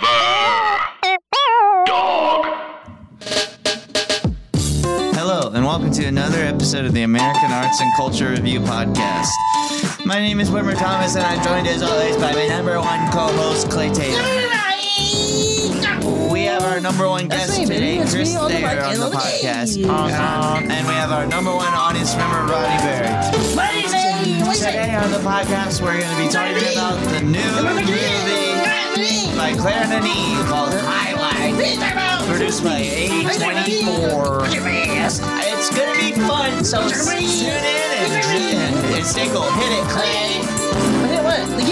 Forever. Dog. Hello, and welcome to another episode of the American Arts and Culture Review Podcast. My name is Wilmer Thomas, and I'm joined as always by my number one co host, Clay Taylor. We have our number one That's guest me, baby. today, That's Chris me on the Thayer, mic. Uh-huh. on the Hello. Awesome. podcast. Um, and we have our number one audience member, Roddy Berry. Today on the podcast, we're going to be talking about the new movie by Claire Denis called Highlight, produced by 824. It's gonna be fun, so tune in and, and, and single hit it, Clay.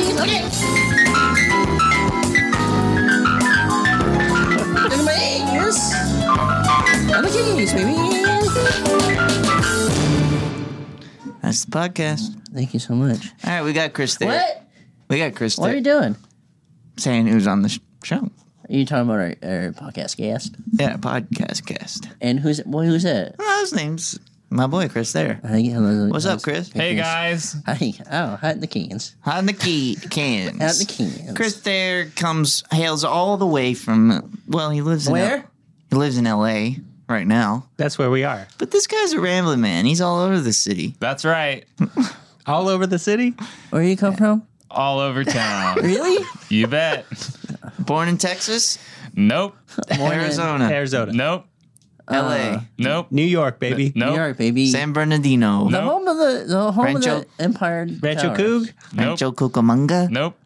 That's the podcast. Thank you so much. All right, we got Chris there. What? We got Chris What there are you doing? saying who's on the sh- show. Are you talking about our, our podcast guest? Yeah, podcast guest. And who's well, who's that? Well, his name's my boy Chris there. I think it was- What's up, Chris? Hey guys, Hi. Oh, hi, the Keens. Hot in the key cans. Out the Keens. Chris there comes hails all the way from well, he lives in Where? he lives in L.A. right now. that's where we are. But this guy's a rambling man. He's all over the city. That's right. All over the city, Where you come from? all over town. Really? you bet. Born in Texas, Nope. Born in Arizona, Arizona. Nope. L.A. Nope. New York, baby. New Nope. York, baby. San Bernardino, the Nope. home of the the home Rancho- of the Empire. Rancho Towers. Coog. Nope. Rancho Cucamonga. Nope.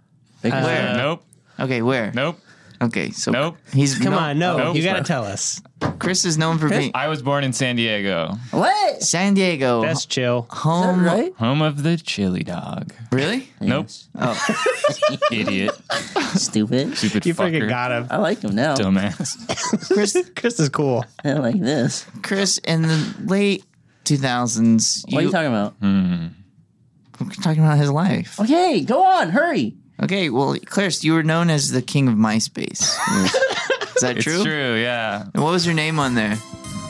Big Uh, Where? Nope. Okay, where? Nope. Okay, so Nope. he's Come on, no, Nope. you gotta tell us. Chris is known for Chris- being I was born in San Diego, What? San Diego That's Oh, chill. Is that home. right? home of the chili dog. Really? Nope. Oh, Idiot. Stupid. Stupid You fucker. freaking got him. I like him now. Dumbass. Chris, Chris is cool. I like this. Chris, in the late 2000s, What are you talking about? Hmm. we're talking about his life. Okay, go on, hurry. Okay, well, Clarice, you were known as the king of MySpace. is that It's true? true? Yeah. And what was your name on there?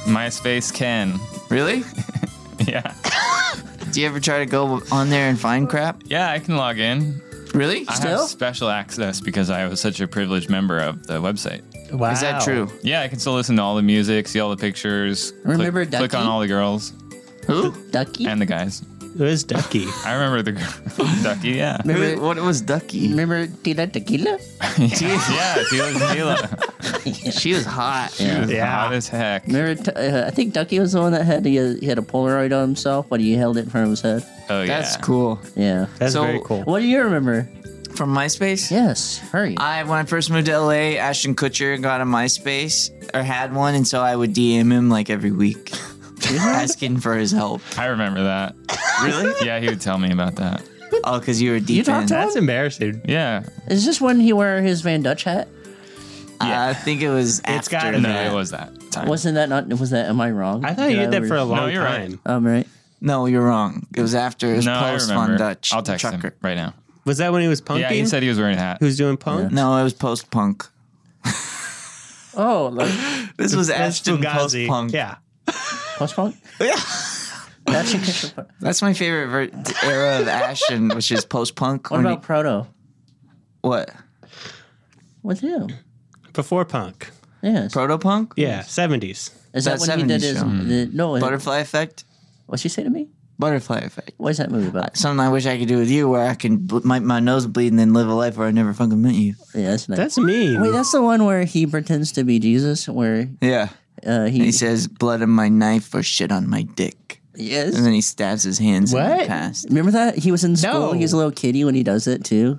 MySpace Ken. Really? Yeah. Do you ever try to go on there and find crap? Yeah, I can log in. Really? I have Still? special access because I was such a privileged member of the website. Wow. Is that true? Yeah, I can still listen to all the music, see all the pictures. Remember click, click Ducky? on all the girls Who? Ducky. and the guys. It was Ducky. I remember the girl, Ducky. Yeah, Who? remember, What was Ducky? remember Tila Tequila? yeah, Tila Tequila. She was hot. Yeah. Yeah, Yeah. hot as heck. Remember, t- uh, I think Ducky was the one that had the, uh, he had a Polaroid on himself, but he held it in front of his head. Oh yeah, That's cool. Yeah. That's So- very cool. What do you remember? From MySpace? Yes, hurry. I when I first moved to LA, Ashton Kutcher got a MySpace or had one, and so I would DM him like every week, asking for his help. I remember that. Really? Yeah, he would tell me about that. Oh, because you were deep talked in. to him? That's embarrassing. Yeah, Is this when he wore his Van Dutch hat? I think it was It's after. gotta no, that. it was that time. Wasn't that not? Was that? Am I wrong? I thought you did that for a long you're right. time. Um, right. No, you're wrong. It was after. It was no, I post remember. Von Dutch. I'll text Trucker. him right now. Was that when he was punking? Yeah, he said he was wearing a hat. he was doing punk. No, it was post punk. Oh, like, This was That's Ashton post Fugazi. punk. Yeah. post punk. That's your What That's my favorite ver- era of Ashton, which is post punk. about Proto? what? With him? Before punk. Yes. Proto punk? Yeah. Seventies. Is that That when he did 70s his? show. The, no. it- Butterfly effect. What'd she say to me? Butterfly effect. What is that movie about? something I wish I could do with you, where I can bl- my my nose bleed and then live a life where I never fucking met you. Yeah, that's nice. That's mean. Wait, that's the one where he pretends to be Jesus, where Yeah. uh, he, He says, "Blood on my knife or shit on my dick," and yes. then he stabs his hands in the What? past. Remember that he was in school. No. He was a little kitty when he does it too.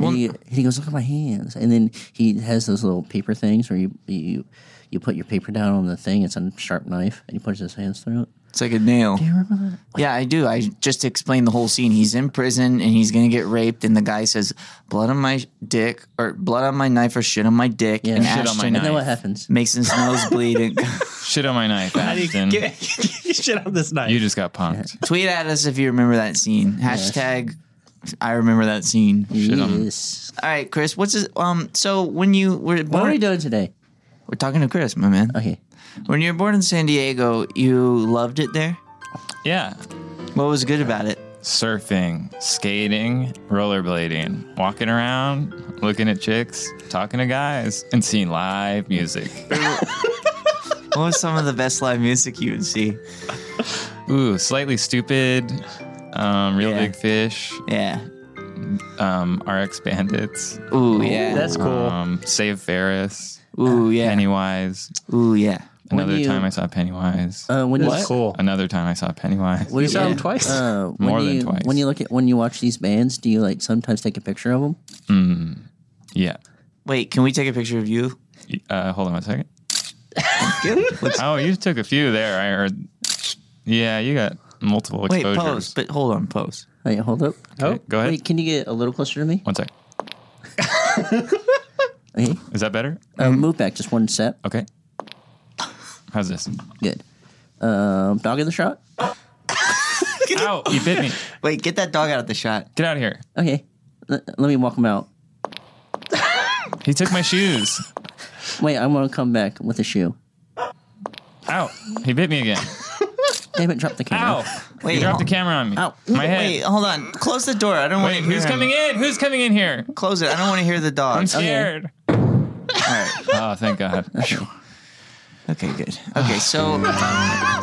And he, and he goes, "Look at my hands," and then he has those little paper things where you you you put your paper down on the thing. It's a sharp knife, and he puts his hands through it. It's like a nail. You remember that? Yeah, I do. I just explained the whole scene. He's in prison and he's gonna get raped, and the guy says, "Blood on my dick or blood on my knife or shit on my dick," Yeah. and Shit on Ashton my And then knife. what happens? makes his nose bleed. And Shit on my knife, How do you Ashton. get shit on this night? You just got punked. tweet at us if you remember that scene. Hashtag. I remember that scene. Yes. All right, Chris. What's his, um? So when you were What are born, we doing today? we're talking to Chris, my man. Okay. When you were born in San Diego, you loved it there. Yeah, What was good about it? surfing, skating, rollerblading, walking around, looking at chicks, talking to guys, and seeing live music. What was some of the best live music you would see? Ooh, slightly stupid. Um, Real Yeah. big fish. Yeah. Um, RX bandits. Ooh, yeah. That's cool. Um, Save Ferris. Ooh, yeah. Pennywise. Ooh, yeah. When Another you- time I saw Pennywise. Uh, when you That's cool. Another time I saw Pennywise. When you saw him twice? Uh, when More than you, twice. When you look at when you watch these bands, do you like sometimes take a picture of them? Yeah. Wait, can we take a picture of you? Uh, hold on a second. Let's- Oh, you took a few there. I heard. Yeah, you got multiple Wait, exposures. pose. But hold on, pose. Wait, hold up. Oh, Go ahead. Wait, can you get a little closer to me? One sec. Okay. Is that better? Uh, move back just one step. Okay. How's this? Good. Um, dog in the shot. Ow, you bit me. Wait, get that dog out of the shot. Get out of here. Okay. L- let me walk him out. He took my shoes. Wait, I'm gonna come back with a shoe. Ow, he bit me again. Damn it! Drop the camera. Ow, Wait, he dropped the hold- camera on me. Ow. My head. Wait, hold on. Close the door. I don't want Wait, to who's coming in? Who's coming in here? Close it. I don't want to hear the dog. I'm scared. All right. Oh, thank God. Okay, good. Okay, so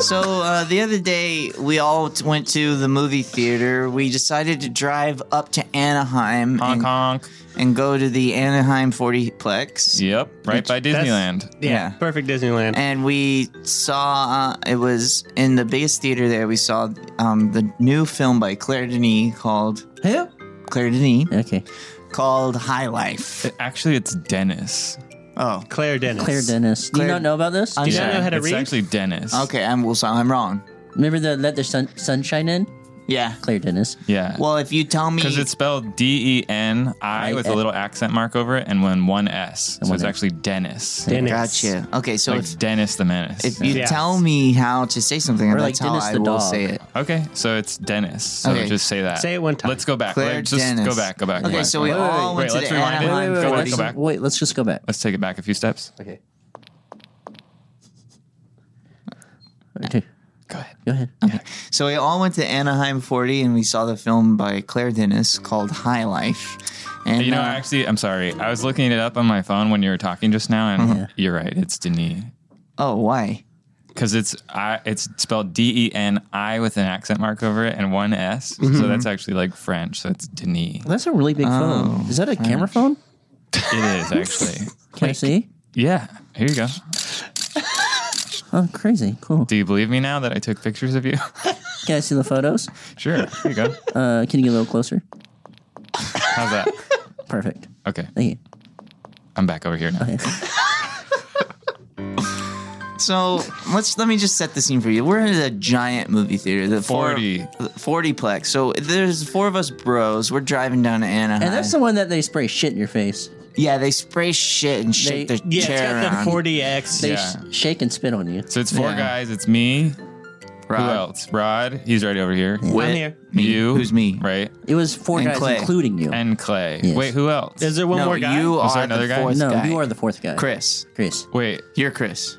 so uh, the other day we all t- went to the movie theater. We decided to drive up to Anaheim Honk and, honk. and go to the Anaheim 40plex. Yep, right by that's- Disneyland. Yeah, Yeah. Oh, perfect Disneyland. And we saw uh, it was in the biggest theater there. We saw um, the new film by Claire Denis called Who? Claire Denis Okay. called High Life. Actually, it's Dennis. Oh, Claire Dennis. Claire Dennis. Do you Claire- not know about this? I'm You don't know how to it's read? actually Dennis. okay. I'm well, so I'm wrong. Remember the let the sun, sunshine in? Yeah. Claire Dennis. Yeah. Well, if you tell me, because it's spelled D E N I with a little accent mark over it and when one S. So one it's S. actually Dennis. Dennis. gotcha. Okay, so if Like Dennis the Menace. If you Yes. tell me how to say something, Or like that's how Dennis I the will dog. say it. Okay, so it's Dennis. So Okay. just say that. Say it one time. Let's go back. Claire let's just Dennis. go back. Go back. Okay, go back. so we Wait, all went to let's the rewind it. Anaheim Go back. let's, Go back. wait, let's just go back. Let's take it back a few steps. Okay. Okay. Go ahead. Go ahead. So we all went to Anaheim 40 and we saw the film by Claire Dennis called High Life. And Mm. You know, uh, actually, I'm sorry. I was looking it up on my phone when you were talking just now, and Mm-hmm. you're right. It's Denis oh, why? because it's I. It's spelled D E N I with an accent mark over it and one S. Mm-hmm. So that's actually like French. So it's Denis. That's a really big Oh, phone. Is that a camera phone? It is actually. Can I see? Yeah. Here you go. Oh, crazy. Cool. Do you believe me now that I took pictures of you? Can I see the photos? sure. Here you go. Uh, can you get a little closer? How's that? Perfect. Okay. Thank you. I'm back over here now. So let's let me just set the scene for you. We're in a giant movie theater, the 40. 40 plex. So there's four of us bros. We're driving down to Anaheim. And that's the one that they spray shit in your face. yeah, they spray shit and shake They- their Yeah, chair it's got around. the 40X. They Yeah. sh- shake and spit on you. So it's four Yeah. guys. It's me. Who Rod, else? Rod. He's right over here. I'm Whit, here. me. You. Who's me? Right. It was four And guys, Clay. including you. And Clay. Yes. Wait. Who else? Is there one no, more guy? you Was there are another the guy? fourth no, guy. you are the fourth guy. Chris. Chris. wait. You're Chris.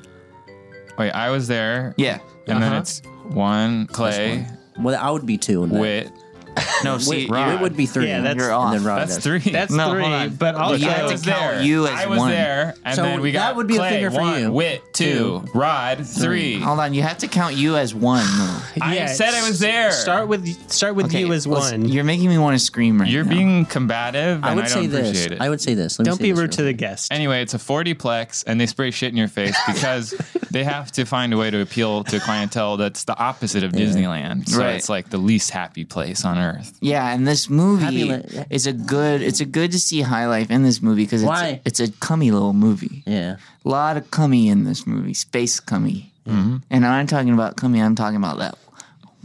Wait. I was there. Yeah. And then Uh-huh. it's one Clay. Well, I would be two. in that. Wit. No, see, Wait, you're- it would be three. Yeah, that's- You're off. And then Rod That's does. three. That's No, hold three, on. but Look, also You I have to was count there. you as I was one. there, and So then we got that would be a Clay, finger for one, you. Wit two, Rod three. Hold on, you have to count you as one. though. I Yeah, said I was there. Start with start with you as listen, one. You're making me want to scream right You're now. being combative, and I I, would don't say this. appreciate it. I would say this. Let me Don't say be this rude to real- the guest. Anyway, it's a 40 plex, and they spray shit in your face because they have to find a way to appeal to clientele that's the opposite of Disneyland. So Right. it's like the least happy place on earth. Yeah, and this movie Happy li- is a good. It's a good to see High Life in this movie because Why? it's, it's a cummy little movie. Yeah. A lot of cummy in this movie, space cummy. And I'm not talking about cummy. I'm talking about that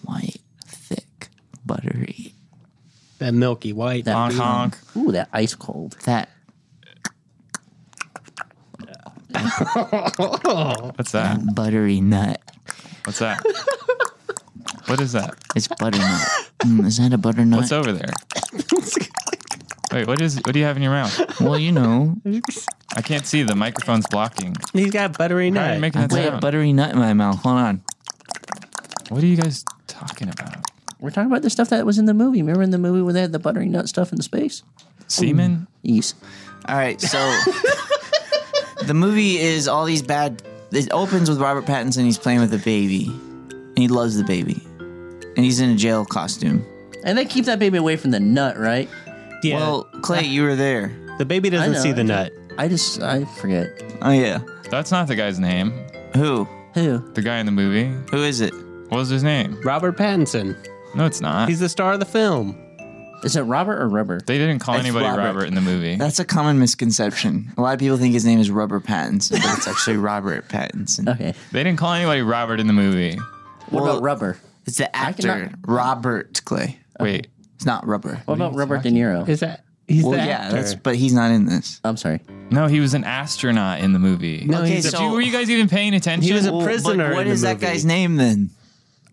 white, thick, buttery That milky white. That- Honk Really? honk. Ooh, that ice cold. that. What's that? Buttery nut. What's that? What is that? It's butternut. Mm, is that a butternut? What's over there? Wait, what is? What do you have in your mouth? Well, you know, I can't see. The microphone's blocking. He's got buttery How are you nut. making that I had a sound? buttery nut in my mouth. Hold on. What are you guys talking about? We're talking about the stuff that was in the movie. Remember in the movie where they had the buttery nut stuff in space? Semen? Yes. All right, so the movie is all these bad. It opens with Robert Pattinson. He's playing with a baby, and he loves the baby, and he's in a jail costume. And they keep that baby away from the nut, right? Yeah, Well, Clay, you were there. the baby doesn't know. see the nut. I just I forget Oh yeah, That's not the guy's name. who? who. The guy in the movie. Who is it? What was his name? Robert Pattinson. No, it's not. He's the star of the film. Is it Robert or Rubber? they didn't call It's anybody Robert. Robert. in the movie. That's a common misconception. A lot of people think his name is Rubber Pattinson, but it's actually Robert Pattinson. Okay. They didn't call anybody Robert in the movie. What Well- about Rubber? It's the actor cannot- Robert Clay. Wait, It's not Rubber. What about Robert De Niro? Is that? He's Well, the yeah, actor. that's but he's not in this. I'm sorry. no, he was an astronaut in the movie. no, Okay, he's a- so- Did you- were you guys even paying attention? he was a Well, Oh, but prisoner. What in the is that movie. guy's name then?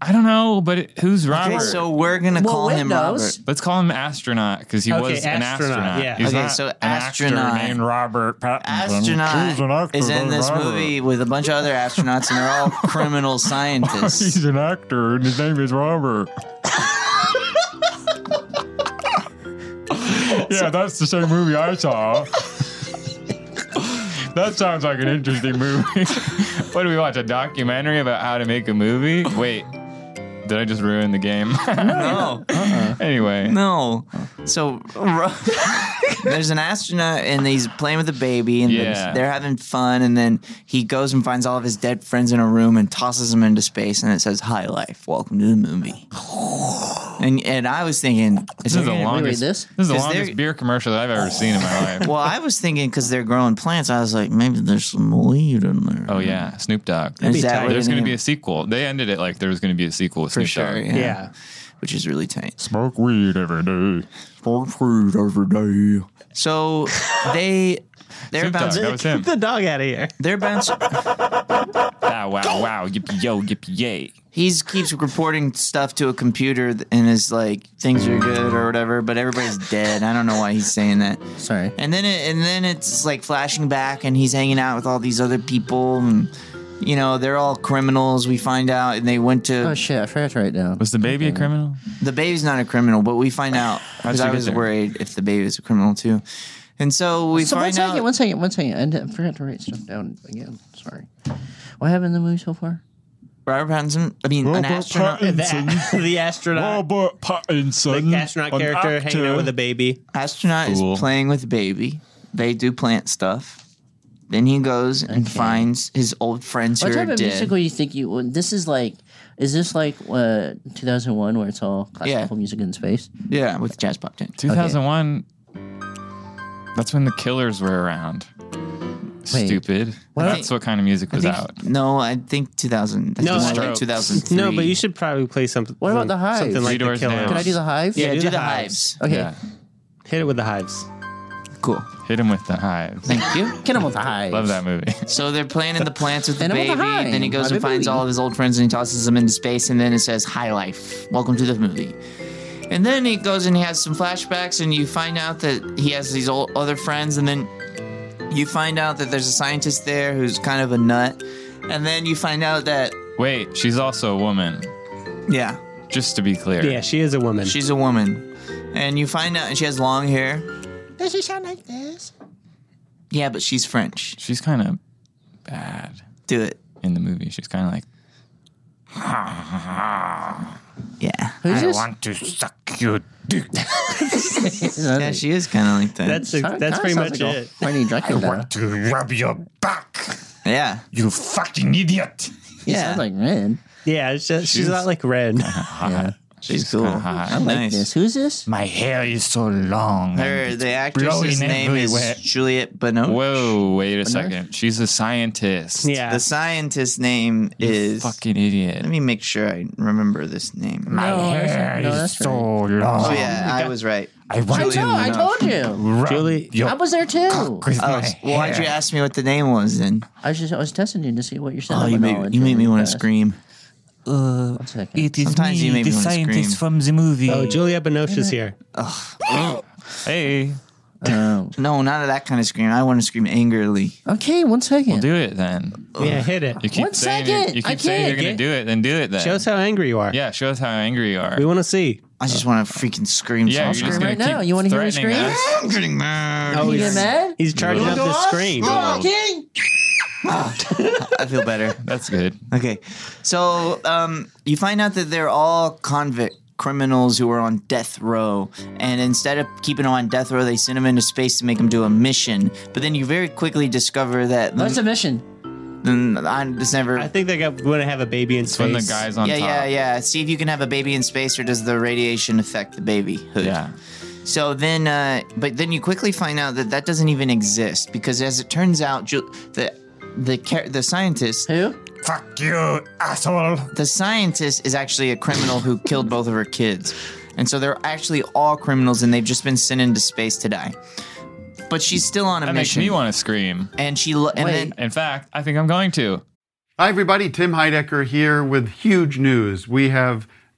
I don't know, but it, who's Robert? Okay, so we're gonna Well, call him Robert. Windows. Let's call him astronaut because he Okay, was an astronaut, astronaut. yeah. He's Okay, not so an astronaut. actor named Robert Pattinson. He's an astronaut actor is in named this Robert. movie with a bunch of other astronauts, and they're all criminal scientists. Oh, He's an actor, and his name is Robert. yeah, that's the same movie I saw. that sounds like an interesting movie. what do we watch? A documentary about how to make a movie? Wait, did I just ruin the game? no, anyway, Oh, no. So Ro- there's an astronaut, and he's playing with a baby, and Yeah. they're having fun. And then he goes and finds all of his dead friends in a room and tosses them into space, and it says "High Life, welcome to the movie." And and I was thinking, this is the longest. this? This is the Is there- longest beer commercial that I've ever seen in my life. Well, I was thinking because they're growing plants, I was like, maybe there's some weed in there. Oh yeah, Snoop Dogg. Is be that tight. what There's it going to is? be a sequel. They ended it like there was going to be a sequel with for Snoop sure, Dogg. yeah. Yeah. which is really tight. Smoke weed every day. So they they're Snoop Dogg, bouncing that was him. Get the dog out of here. they're bouncing. Ah, wow, wow, yippee yo, yippee yay. He keeps reporting stuff to a computer th- and is like things are good or whatever, but everybody's dead. I don't know why he's saying that. Sorry. And then it, and then it's like flashing back, and he's hanging out with all these other people, and you know they're all criminals. We find out, and they went to Oh shit! I forgot to write it down. Was the baby a criminal? the baby's not a criminal, but we find out because you I get was there? worried if the baby was a criminal too. And so we so one find out. second, one second, one second. I d- I forgot to write stuff down again. Sorry. What happened in the movie so far? Robert Pattinson. I mean, an Robert astronaut, Pattinson. The, the astronaut. Robert Pattinson, the astronaut an character hanging out actor. with a baby. astronaut Cool. is playing with a baby. They do plant stuff. Then he goes and finds his old friends What who are type of dead. musical you think you? well, This is like, is this like uh, 2001 where it's all classical music in space? Yeah, with jazz pop tune. 2001. That's when the killers were around. Stupid. That's what kind of music was out. No, I think 2000. That's No, more like Strokes. 2003. No, but you should probably play something. What about the hives? Something like Three the Doors killer. Down. Can I do the hives? Yeah, Yeah, do, do the, the hives. Okay. Yeah. Hit it with the hives. Cool. Hit him with the hives. Thank you. Get them with the hives. Love that movie. So they're playing in the plants with the And I'm on baby. the high. then he goes I'm and a finds baby. all of his old friends and he tosses them into space. And then it says, High Life. Welcome to the movie. And then he goes and he has some flashbacks, and you find out that he has these old other friends. And then you find out that there's a scientist there who's kind of a nut. And then you find out that, Wait, she's also a woman. yeah, Just to be clear. Yeah, she is a woman. she's a woman. And you find out, and she has long hair. Does she sound like this? Yeah, but she's French. She's kind of bad Do it. in the movie. She's kind of like, Yeah. Who's this? to suck your dick. Yeah, she is kind of like that. that's a, that's pretty much it. Horny Dracula. to rub your back. yeah. You fucking idiot. He sounds like Red. Yeah, it's just, she's She's- not like red. Yeah. she's, cool. kinda hot. I like Nice. this. Who's this? My hair is so long. Her, the actress's blowing name everywhere. is Juliette Binoche. whoa, wait a second. She's a scientist. yeah. The scientist's name is. Fucking idiot. Let me make sure I remember this name. My No, that's- hair no, is that's so long. oh yeah, I was right. I I want know. to I told you. rub Julie- your I was there too. cock with Oh, my s- well, why'd you hair. ask me what the name was then? I was just I was testing you to see what you're saying. Oh, you made you made me want to scream. One second. It is Sometimes you make me wanna scream. Oh, from the movie. Oh, Julia Binoche is here. Hey, Um, No, not that kind of scream. I want to scream angrily. okay, one second. Do it then. Yeah, hit it. You keep One saying you're- second, you I keep saying you're can't. gonna do it, then do it then. Show us how angry you are. yeah, show us how angry you are. We want to see. I just want to freaking scream. yeah, so you're I'll just scream. gonna right now. keep You wanna hear me threatening scream? us. I'm getting mad. Oh, you get he's, mad? he's charging up the screen. okay. I feel better. That's good. Okay, so um, you find out that they're all convict criminals who are on death row, and instead of keeping them on death row, they send them into space to make them do a mission. But then you very quickly discover that What's the, the mission? the, I just never. I think they got want to have a baby in space. When the guy's on yeah, top. yeah, yeah. See if you can have a baby in space, or does the radiation affect the baby? Yeah. So then, uh, but then you quickly find out that that doesn't even exist because, as it turns out, Ju- the the char- the scientist Who? Fuck you, asshole. the scientist is actually a criminal who killed both of her kids. And so they're actually all criminals and they've just been sent into space to die. But she's still on a That makes mission. me want to scream. and she lo- and then In fact, I think I'm going to. Hi, everybody. Tim Heidecker here with huge news. We have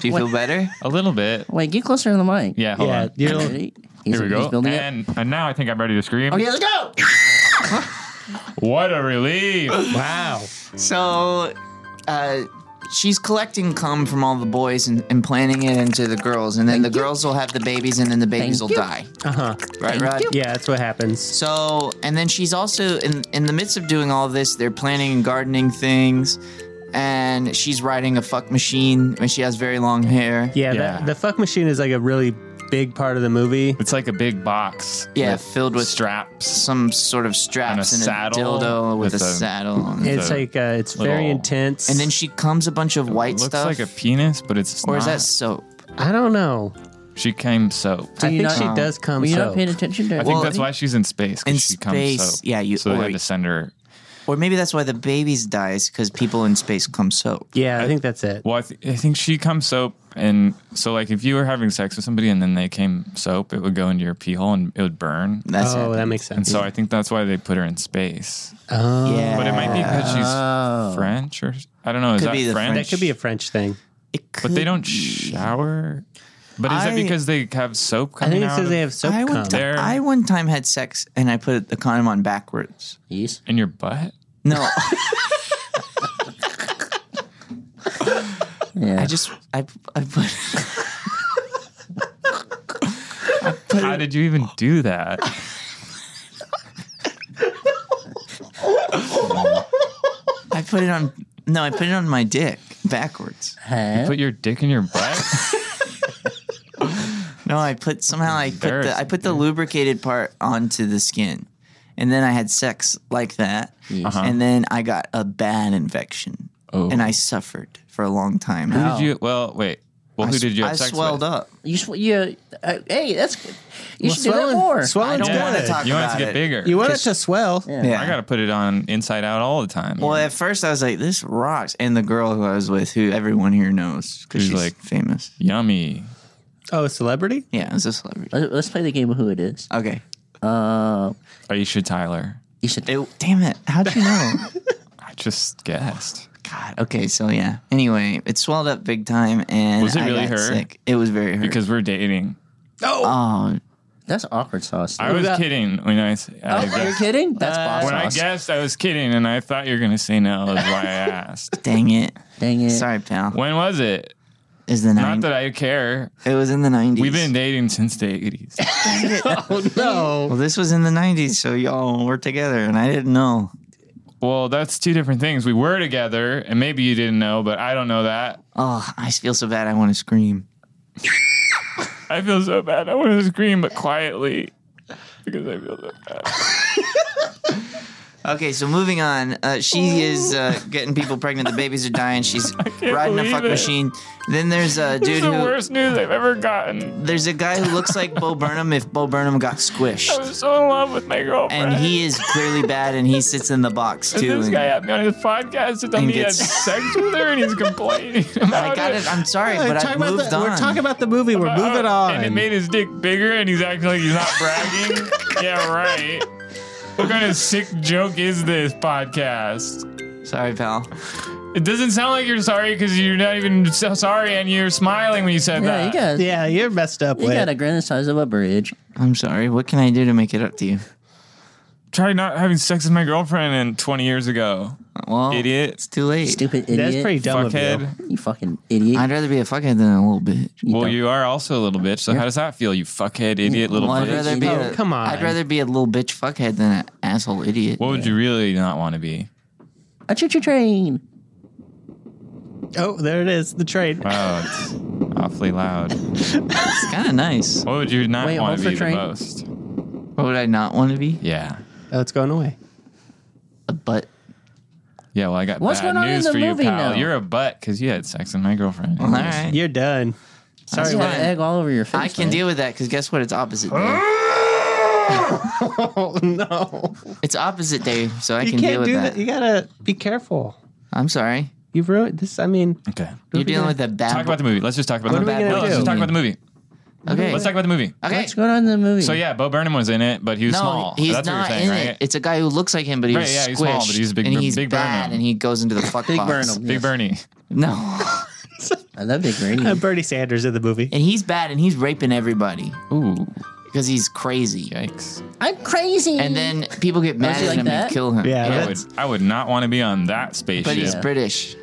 do you feel better? A little bit. Wait, get closer to the mic. Yeah, hold Yeah, on. you know, Ready? He's, Here we go. He's building it. and, and now I think I'm ready to scream. Okay, let's go. What a relief. wow. So uh She's collecting cum from all the boys and, and planning it into the girls, and then the girls will have the babies, and then the babies Thank will you. die. Uh Uh-huh. huh. Right, Rod? Yeah, that's what happens. So, and then she's also in in the midst of doing all this. They're planning and gardening things, and she's riding a fuck machine, and she has very long hair. Yeah. Yeah, That, the fuck machine is like a really big part of the movie. It's like a big box. Yeah, with filled with straps. some sort of straps and a, And a saddle dildo with, with a, a- saddle, It's So- like uh, it's very Little- intense. and then she comes a bunch of white Looks stuff. like a penis, but it's or is not. that soap? I don't know. She came soap. I think not- she Oh. does come. Were you not so- paying attention to I think Well, that's why she's in space. 'cause in she comes space, soap. yeah, you- So they or- had to send her. Or maybe that's why the babies dies because people in space come soap. yeah, I think that's it. Well, I, th- I think she comes soap, and so like if you were having sex with somebody and then they came soap, it would go into your pee hole and it would burn. That's Oh, it. that makes And sense. so Oh. I think that's why they put her in space. yeah, But it might be because she's French or I don't know. Is Oh. Could be that the French? That could be a French thing. It could but they don't shower. But is I- that because they have soap I coming think it out says of- they have soap I cum. one, ti- There. I one time had sex and I put the condom on backwards. Yes. in your butt? No. Yeah. I just I I put How did you even do that? I put it on no I put it on my dick backwards. Huh? Put your dick in your butt? No, I put somehow I put the I put the lubricated part onto the skin, and then I had sex like that, Uh-huh. and then I got a bad infection, Oh. and I suffered for a long time. Who did you? Well, wait. Well, I, who did you have I sex swelled with? up. You, sw- you uh, hey, that's you Well, should do that more. swelling's I don't wanna good. talk- You want it about to get it. bigger. You want it to swell. Yeah. I gotta put it on inside out all the time. well, at first I was like, "This rocks," and the girl who I was with, who everyone here knows, because Who's she's like like- famous. Yummy. Oh, a celebrity? Yeah, it's a celebrity. Let- Let's play the game of who it is. Okay. Uh, Aisha Tyler. you should. It, damn it! How'd you know? I just guessed. God. Okay. So yeah. Anyway, it swelled up big time, and Was it I really got her? Sick. It was very her. Because we're dating. oh, That's awkward sauce. I was about- kidding when I, s- I oh, you're guessed. kidding? That's Uh, boss When I sauce. guessed, I was kidding, and I thought you were gonna say no. That's why I asked. dang it! Dang it! Sorry, pal. when was it? Is the Not nine? that I care. It was in the nineties. We've been dating since the eighties. Well, No. this was in the nineties, so y'all were together, and I didn't know. Well, that's two different things. We were together, and maybe you didn't know, but I don't know that. Oh, I feel so bad. I want to scream. I feel so bad. I want to scream, but quietly. because I feel so bad. Okay, so moving on. Uh, she is uh, getting people pregnant. The babies are dying. She's riding a believe fuck it. machine. Then there's a It's dude the who. worst news I've ever gotten. There's a guy who looks like Bo Burnham if Bo Burnham got I squished. was so in love with my girlfriend. And he is clearly bad and he sits in the box And too. This and- guy had me on his podcast and told and me he had gets- sex with her and he's complaining I about got it. I'm sorry, but I about moved the, on. We're talking about the movie. We're moving on. Uh, And it made his dick bigger and he's acting like he's not bragging. yeah, right. What kind of sick joke is this podcast? sorry, pal. It doesn't sound like you're sorry because you're not even so sorry and you're smiling when you said Yeah, you that. got yeah, you're messed up you with. got a grin the size of a bridge. I'm sorry. What can I do to make it up to you? Try not having sex with my girlfriend in 20 years ago. Well, Idiot. It's too late. Stupid idiot. That's pretty dumb of you. Fuckhead. Oh, You fucking idiot. I'd rather be a fuckhead than a little bitch. Well, dumb- you are also a little bitch. So how does that feel, you fuckhead, idiot, little Well, I'd bitch? rather be. Oh, a, come on. I'd rather be a little bitch fuckhead than an asshole idiot. What would you really not want to be? A choo choo train. Oh, there it is. The train. Wow, it's awfully loud. It's kind of nice. What would you not Wait, hold want to for be the train. most? What would I not want to be? Yeah. Oh, it's going away. A butt. Yeah, well, I got What's bad going on in news the for you, movie pal. now? You're a butt because you had sex with my girlfriend. All right. You're done. Sorry, That's You Wayne. got fine. egg all over your face. I can man. deal with that because guess what? It's opposite day. Oh no, It's opposite day, so I you can can't deal with do that. that. You gotta be careful. I'm sorry. You've ruined this. I mean, Okay. You're dealing with a bad Talk about the movie. Let's just talk about What the are we movie. No, gonna let's do? just talk about the movie. Okay. Let's talk about the movie. okay. What's going on in the movie? So yeah, Bo Burnham was in it, but he was no, small. he's That's not what you're saying, in it. right? It's a guy who looks like him, but he Right, was yeah, squished, he's small, but he's big and Bur- he's Big bad, Burnham. and he goes into the fuck Big box. Burnham. Big Bernie. No, I love Big Bernie. uh, Bernie Sanders in the movie. and he's bad, and he's raping everybody Ooh, because he's crazy. yikes! I'm crazy. And then people get mad he at like him that? and kill him. Yeah, I that would, I would not want to be on that spaceship. but he's British.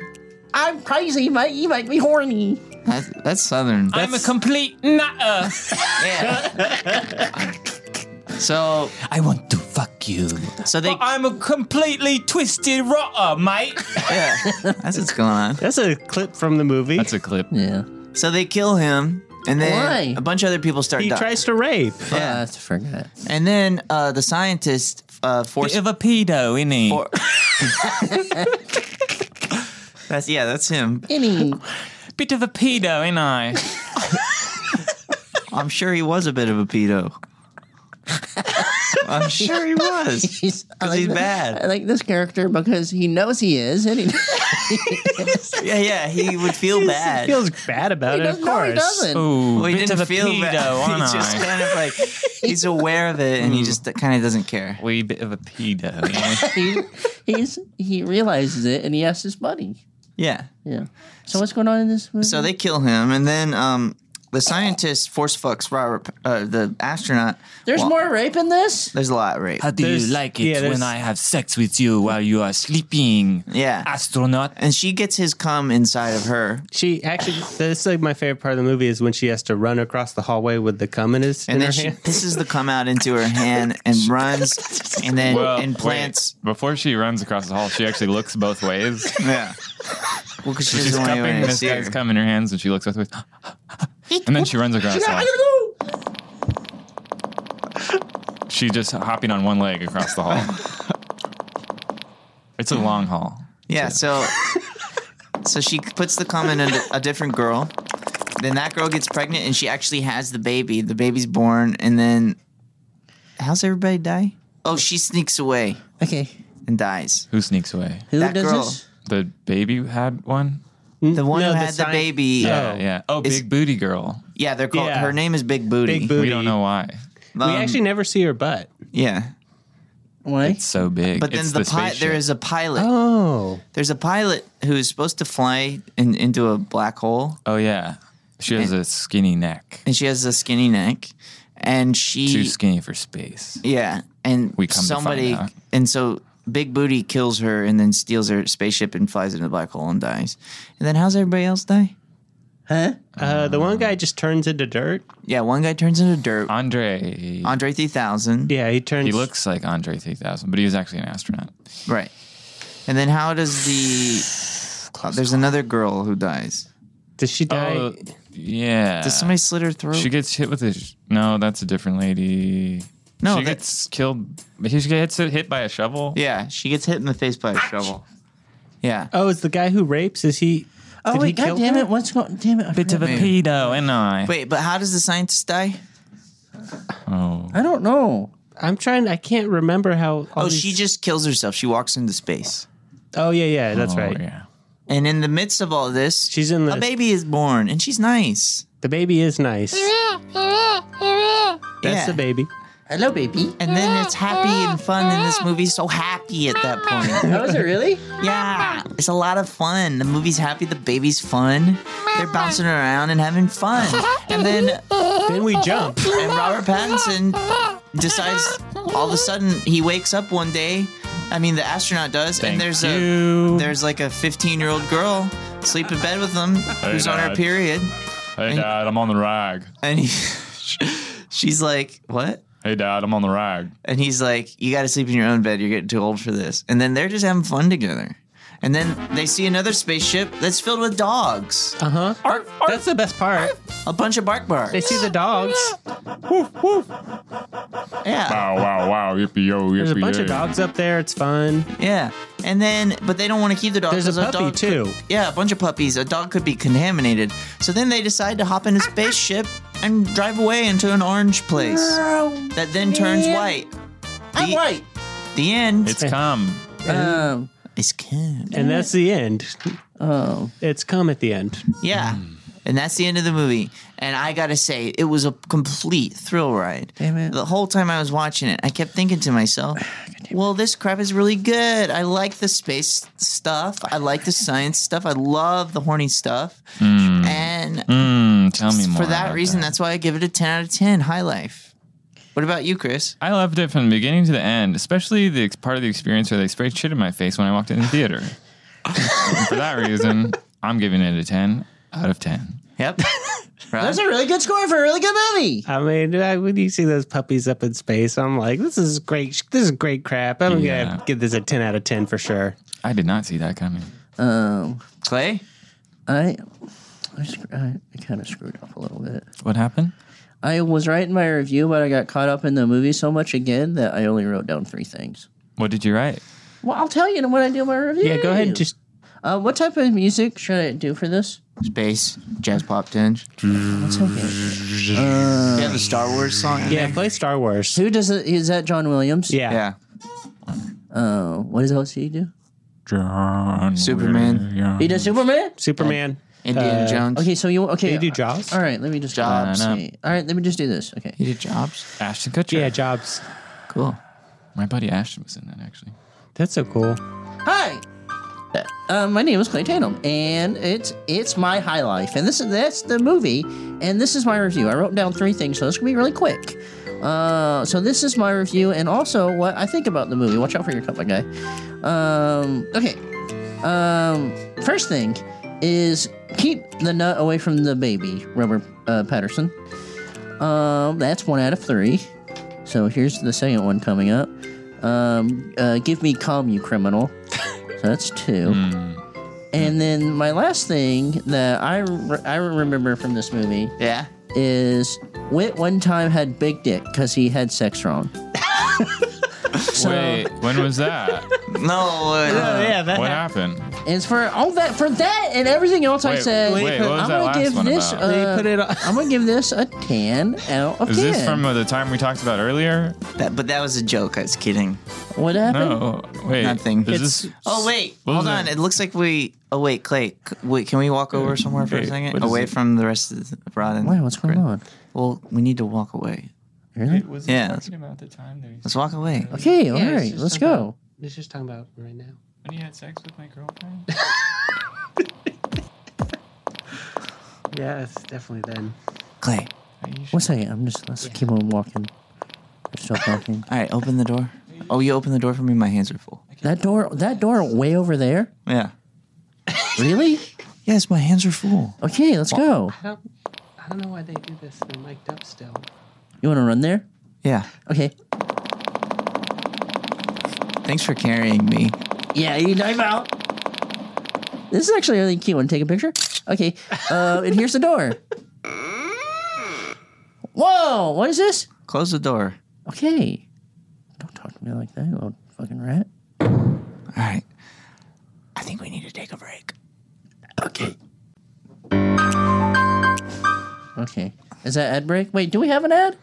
I'm crazy, mate. You make me horny. That's, that's southern. I'm a complete nutter. yeah. so I want to fuck you. so they I'm a completely twisted rotter, mate. yeah, that's what's going on. That's a clip from the movie. That's a clip. Yeah. So they kill him, and then Why? a bunch of other people start. he dying. tries to rape. Oh, Yeah. I forgot. and then uh, the scientist uh, force. a pedo, isn't he? for- that's yeah, that's him. Any. Bit of a pedo, ain't I? I'm sure he was a bit of a pedo. I'm sure he was. He's, I 'Cause he's bad. I like this character because he knows he is, and he, Yeah, yeah, he would feel bad. He feels bad about he it, of doesn't know he course. doesn't. Ooh, well, he bit didn't of a feel pedo, bad. ain't He's just I? kind of like he's aware of it, and he just kind of doesn't care. Wee bit of a pedo. yeah. He, he's he realizes it, and he asks his buddy. Yeah. Yeah. So what's going on in this movie? So they kill him, and then um, the scientist force fucks Robert, uh, the astronaut. There's Well, more rape in this. There's a lot of rape. How do There's- you like yeah, it there's- when I have sex with you while you are sleeping? Yeah. Astronaut. And she gets his cum inside of her, She actually, this is like my favorite part of the movie is when she has to run across the hallway with the cum in, his, and in then her she hand. pisses the cum out into her hand and runs, and then and plants. before she runs across the hall, she actually looks both ways. Yeah. Well, because she She's doesn't want cupping anyone to this see her. guy's cum in her hands, and she looks both ways. And then she runs across the hall. She's just hopping on one leg across the hall. It's a long haul. Yeah. So, so she puts the cum in a, a different girl. Then that girl gets pregnant, and she actually has the baby. The baby's born, and then how's everybody die? Oh, she sneaks away Okay. and dies. Who sneaks away? Who That does girl. this? The baby had one? The one Hmm? who No, the had the, sci- baby. Yeah, Oh. yeah. Oh, It's- Big Booty Girl. Yeah, they're called. Yeah. Her name is Big Booty. Big booty. We don't know why. We Um, actually never see her butt. Yeah. Why? It's so big. But then It's the, pi- spaceship. there is a pilot. Oh, There's a pilot who is supposed to fly in, into a black hole, Oh, yeah. She has a skinny neck. and she has a skinny neck, and she Too skinny for space. Yeah, and We come to find somebody, out. and so Big Booty kills her and then steals her spaceship and flies into the black hole and dies. And then how's everybody else die? Huh? uh, the one guy just turns into dirt. Yeah, one guy turns into dirt. Um, Andre. Andre 3000. Yeah, he turns. He looks like Andre 3000, but he was actually an astronaut. Right. And then how does the uh, there's another girl who dies. Does she die? Oh, yeah. Uh, Oh. Does somebody slit her throat? She gets hit with a. No, that's a different lady. No, She that's killed. He gets hit by a shovel. Yeah, she gets hit in the face by a shovel. Yeah. Oh, is the guy who rapes? Is he? Oh did wait, he god kill damn her? it! What's going? Damn it! I Bit of a forgot. Maybe. pedo, and I. Wait, but how does the scientist die? Oh. I don't know. I'm trying. I can't remember how. all Oh, these- she just kills herself. She walks into space. Oh yeah, yeah. That's Oh, right. Yeah. And in the midst of all this, She's in a the. baby is born and she's nice. the baby is nice. That's yeah. the baby. Hello, baby. And then it's happy and fun, and this movie's so happy at that point. How Oh, is it really? Yeah, it's a lot of fun. The movie's happy, the baby's fun. They're bouncing around and having fun. And then Then we jump. and Robert Pattinson decides all of a sudden he wakes up one day. I mean, the astronaut does, Thank and there's you. a there's like a 15 year old girl sleep in bed with him who's on her Dad. period, Hey, Dad, I'm on the rag. and he, she's like, "What?" Hey, Dad, I'm on the rag. And he's like, You got to sleep in your own bed. You're getting too old for this. And then they're just having fun together. And then they see another spaceship that's filled with dogs, Uh huh. That's the best part. a bunch of bark bark. They see the dogs. Yeah. Wow, wow, wow. Oh, Yippee yo, yippee There's a bunch of yay. dogs up there. It's fun. Yeah. And then, but they don't want to keep the dogs. There's a 'cause puppy, dog could- too. yeah, a bunch of puppies. A dog could be contaminated. So then they decide to hop in a spaceship and drive away into an orange place Ah, that then turns white. I'm The- white. The end It's come. Um. is good. And that's the end. Oh. It's come at the end. Yeah. And that's the end of the movie. And I got to say, it was a complete thrill ride. Damn it. The whole time I was watching it, I kept thinking to myself, well, this crap is really good. I like the space stuff. I like the science stuff. I love the horny stuff. And Mm, tell me more. for that about reason, that's why I give it a 10 out of 10. High life. What about you, Chris? I loved it from the beginning to the end, especially the ex- part of the experience where they sprayed shit in my face when I walked in the theater. And for that reason, I'm giving it a 10 out of 10. Yep. That's Rob? a really good score for a really good movie. I mean, I- when you see those puppies up in space, I'm like, this is great. sh- This is great crap. I'm Yeah. gonna give this a 10 out of 10 for sure. I did not see that coming. Um. Clay? I. I, sc- I, I kind of screwed up a little bit. What happened? I was writing my review, but I got caught up in the movie so much again that I only wrote down three things. What did you write? Well, I'll tell you when I do my review. Yeah, go ahead and just. Uh, what type of music should I do for this? Space, jazz pop tinge. That's okay. you have a Star Wars song? in Yeah, there? play Star Wars. Who does it? Is that John Williams? Yeah. Yeah. Uh, what does else he do? John Superman. Williams. He does Um, Superman. Superman. Indiana Uh, Jones. Okay, so you okay? They do Jaws? All right, let me just Jobs. Let's see. All right, let me just do this. Okay. You did jobs? Ashton Kutcher. Yeah, Jobs. Cool. My buddy Ashton was in that, actually. That's so cool. Hi. Uh, my name is Clay Tatum, and it's it's my high life, and this is that's the movie, and this is my review. I wrote down three things, so this gonna be really quick. Uh, so this is my review, and also what I think about the movie. Watch out for your cup, my guy. Um, okay. Um, first thing is keep the nut away from the baby, Robert uh, Patterson. Um, that's one out of three. So here's the second one coming up. Um, uh, give me calm, you criminal. So that's two. Hmm. And then my last thing that I, re- I remember from this movie Yeah. is Wit one time had big dick because he had sex wrong. Wait, when was that? No. uh, yeah, that what happened? And for all that, for that and everything else I Wait, said, wait, what was I'm that gonna last give one this. about? They uh, put it on. I'm gonna give this a ten out of Is ten. this from uh, the time we talked about earlier? That, but that was a joke. I was kidding. what happened? No. Wait. Nothing. Is It's- this, Oh wait, What hold was on. that? It looks like we. Oh wait, Clay. c- Wait, can we walk over somewhere for a Wait, second? what is Away it? from the rest of the Rod and Wait, what's going on? Well, we need to walk away. Really? was Yeah. talking about the time that Let's walk away. Okay, all right, let's go. Let's just talk about right now. when he had sex with my girlfriend. Yeah, it's definitely then. Clay. What's that? I'm just let's keep on walking. Let's Stop walking. All right, open the door. Oh, you open the door for me. My hands are full. that door, that door, way over there. Yeah. Really? Yes, my hands are full. Okay, let's go. I don't, I don't know why they do this. They're mic'd up still. You want to run there? Yeah. Okay. Thanks for carrying me. Yeah, you dive out. This is actually a really cute one. Take a picture. Okay. Uh, and here's the door. Whoa! What is this? Close the door. Okay. Don't talk to me like that, little fucking rat. All right. I think we need to take a break. Okay. Okay. Is that ad break? Wait, do we have an ad?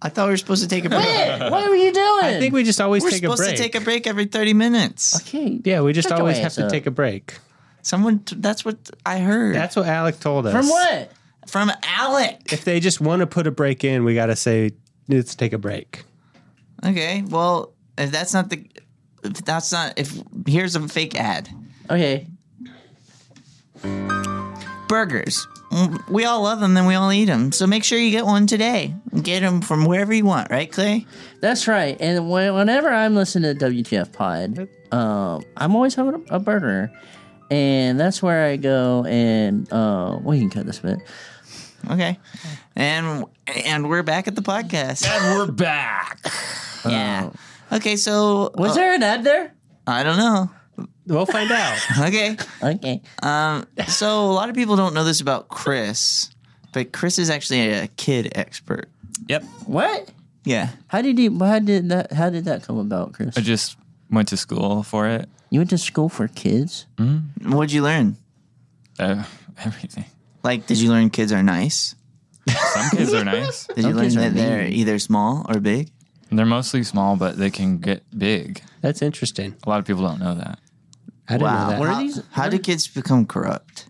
I thought we were supposed to take a break. Hey, what were you doing? I think we just always We're take a supposed break. to take a break every 30 minutes. Okay. yeah, we just Shut your always have ass to up. take a break. Someone, t- that's what I heard. That's what Alec told us. From what? from Alec. If they just want to put a break in, we got to say, let's take a break. Okay, well, if that's not the. If that's not. If Here's a fake ad Okay. burgers. Mm, We all love them and we all eat them. So make sure you get one today. Get them from wherever you want, right, Clay? That's right. And when- whenever I'm listening to WTF Pod, um, I'm always having a, a burger. And that's where I go and uh, we can cut this bit. Okay. And and we're back at the podcast. And we're back. yeah. Oh. Okay, so uh, uh, Was there an ad there? I don't know. We'll find out. Okay. Okay. Um, so a lot of people don't know this about Chris, but Chris is actually a kid expert. Yep. What? Yeah. How did you? How did that? How did that come about, Chris? I just went to school for it. You went to school for kids. What'd you learn? Uh, everything. Like, did you learn kids are nice? Some kids are nice. Did you Some learn kids are that they're mean. either small or big? They're mostly small, but they can get big. That's interesting. A lot of people don't know that. I didn't Wow. know What that. are how, these- How what do are- kids become corrupt?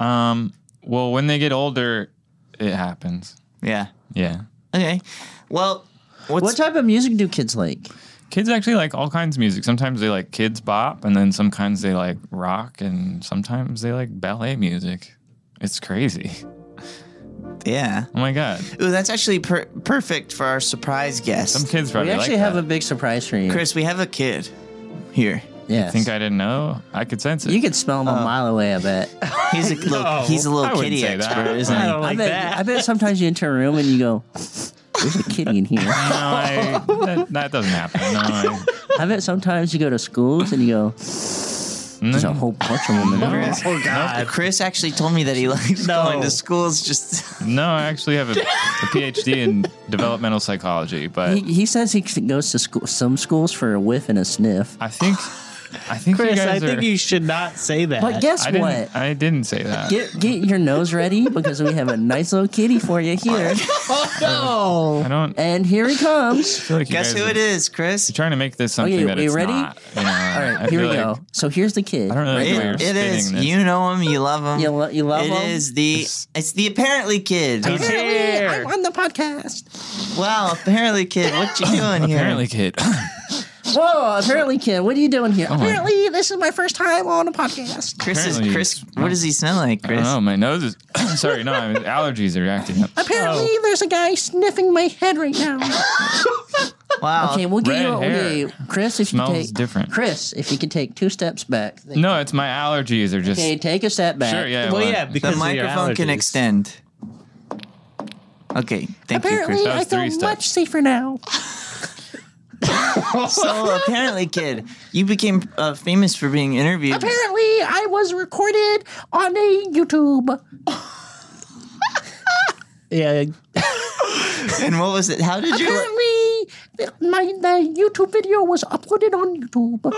Um, well, when they get older, it happens. Yeah. Yeah. Okay. Well, what's What type of music do kids like? Kids actually like all kinds of music. Sometimes they like kids bop, and then some kinds they like rock, and sometimes they like ballet music. It's crazy. yeah? Oh my god! Ooh, that's actually per- perfect for our surprise guest, Some kids We probably actually like have a that. big surprise for you. Chris. We have a kid here. yes. Think I Oh. didn't know? I could sense it. you could smell him a mile away. I bet. He's a little. he's a I little wouldn't kitty say that. expert, isn't I he? don't like I bet. that. I bet sometimes you enter a room and you go, "There's a kitty in here." No, I- that, that doesn't happen. No, I- I bet sometimes you go to schools and you go, "There's Mm-hmm. a whole bunch of them in there." Oh God! Chris actually told me that he likes going to schools. Just no, I actually have a, a PhD in developmental psychology, but He, he says he goes to school, some schools for a whiff and a sniff. I think I think you Chris, guys I are, think you should not say that. But guess I didn't, what? I didn't say that. Get get your nose ready because we have a nice little kitty for you here. I don't I And here he comes. feel like you guess guys who are it is, Chris? Trying to make this something Okay, that we it's ready? not. you know, All I right, here we feel like- go. So here's the kid. I don't know the way you're It- it spinning is. this. You know him. You love him. You lo- you love It him? is the. It's, the apparently kid. He's Apparently, here. I'm on the podcast. Wow, apparently kid, what you doing here? Apparently, kid. Whoa, apparently, kid, what are you doing here? Oh my- Oh. apparently, this is my first time on a podcast. Chris Apparently is Chris. he's- What does he smell like, Chris? Oh, my nose is. sorry, no, my allergies are acting up. Apparently, there's a guy sniffing my head right now. Wow. Okay, we'll get Red you. hair. Okay, Chris, if you Smells take different. Chris, if you could take two steps back. No, it's my allergies are just. Okay, take a step back. Sure, yeah. well, well, yeah, the because of your microphone can allergies. extend. Okay, thank Apparently, you, That I was feel three much steps. safer now. Chris. So apparently, kid, you became uh, famous for being interviewed. Apparently, I was recorded on a YouTube. Yeah, And what was it? How did you? Apparently, th- my the YouTube video was uploaded on YouTube.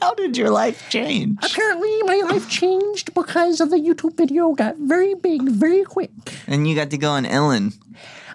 How did your life change? Apparently, my life changed because of the YouTube video got very big very quick. And you got to go on Ellen.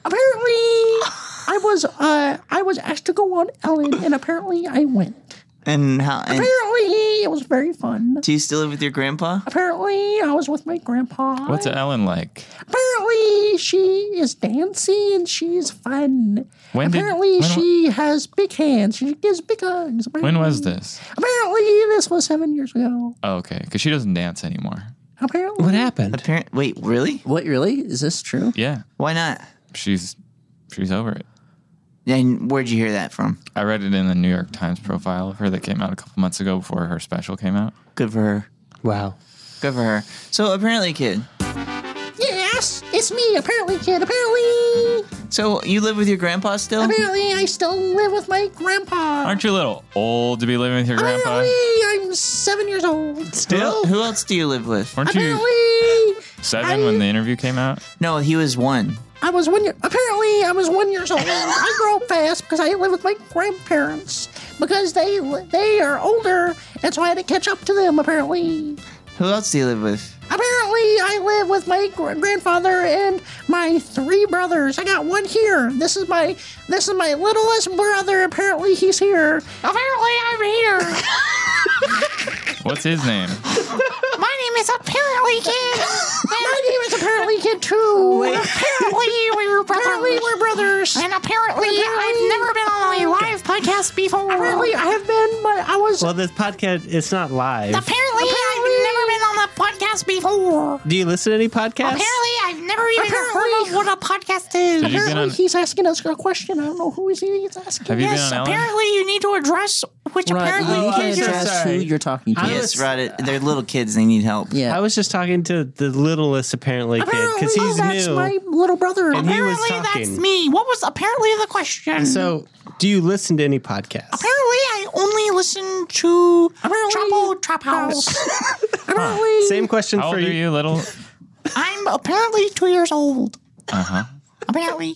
Apparently, I was uh I was asked to go on Ellen, and apparently I went. And how? And Apparently, it was very fun. do you still live with your grandpa? Apparently, I was with my grandpa. What's Ellen like? Apparently, she is dancy and she's fun. When did- Apparently, when wa- she has big hands. She gives big hugs. When Apparently- was this? Apparently, this was seven years ago. Oh, okay, because she doesn't dance anymore. Apparently. what happened? Apparent. Wait, really? What, really? Is this true? Yeah, Why not? she's she's over it. And where'd you hear that from? I read it in the New York Times profile of her that came out a couple months ago before her special came out. Good for her. Wow. Good for her. So apparently, kid. Yes, it's me, apparently, kid. Apparently. So you live with your grandpa still? Apparently, I still live with my grandpa. Aren't you a little old to be living with your grandpa? apparently, I'm seven years old. Who, who else do you live with? Weren't you Apparently. seven when the interview came out? No, he was one. I was one year. Apparently, I was one years old. I grew up fast because I live with my grandparents because they they are older, and so I had to catch up to them. Apparently, Who else do you live with? apparently, I live with my gr- grandfather and my three brothers. I got one here. This is my this is my littlest brother. Apparently, he's here. Apparently, I'm here. What's his name? my name is apparently kid. my name is apparently kid too. apparently we're Apparently, brothers. we're brothers. and apparently, Apparently- I've never been on a live podcast before. Apparently, I have been, but I was. Well, this podcast it's not live. apparently, I've never been on a podcast before. Do you listen to any podcasts? Apparently, I've never even heard Apparently- of what a podcast is. Did you get apparently, on- he's asking us a question. I don't know who is he he's asking. Have you yes, been on Ellen? apparently, you need to address which apparently you is can't your- address- sorry. talking to. I Yes, was- right. it- They're little kids. They need help. I yeah. was just talking to the littlest apparently kid because Apparently, he's Oh, that's new. my little brother. And he was Apparently, that's talking. me. What was apparently the question? So, do you listen to any podcasts? apparently, I only listen to Apparently- Trouble Trap House. apparently, Same question How for old are you. you, little? I'm apparently two years old. Uh huh. Uh-huh. Apparently,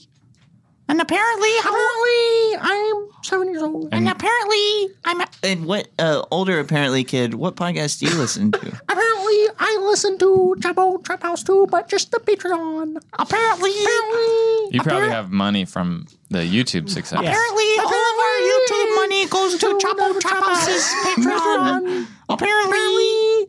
and apparently, how, apparently, I'm seven years old. and apparently, I'm And what uh, older apparently kid? What podcast do you listen to? Apparently, I listen to Jumbo Trap House too, but just the Patreon. apparently. Apparently, You probably have money from the YouTube success. Apparently, all of our YouTube money goes to Chapo Trap House's Patreon. Patreon. Apparently,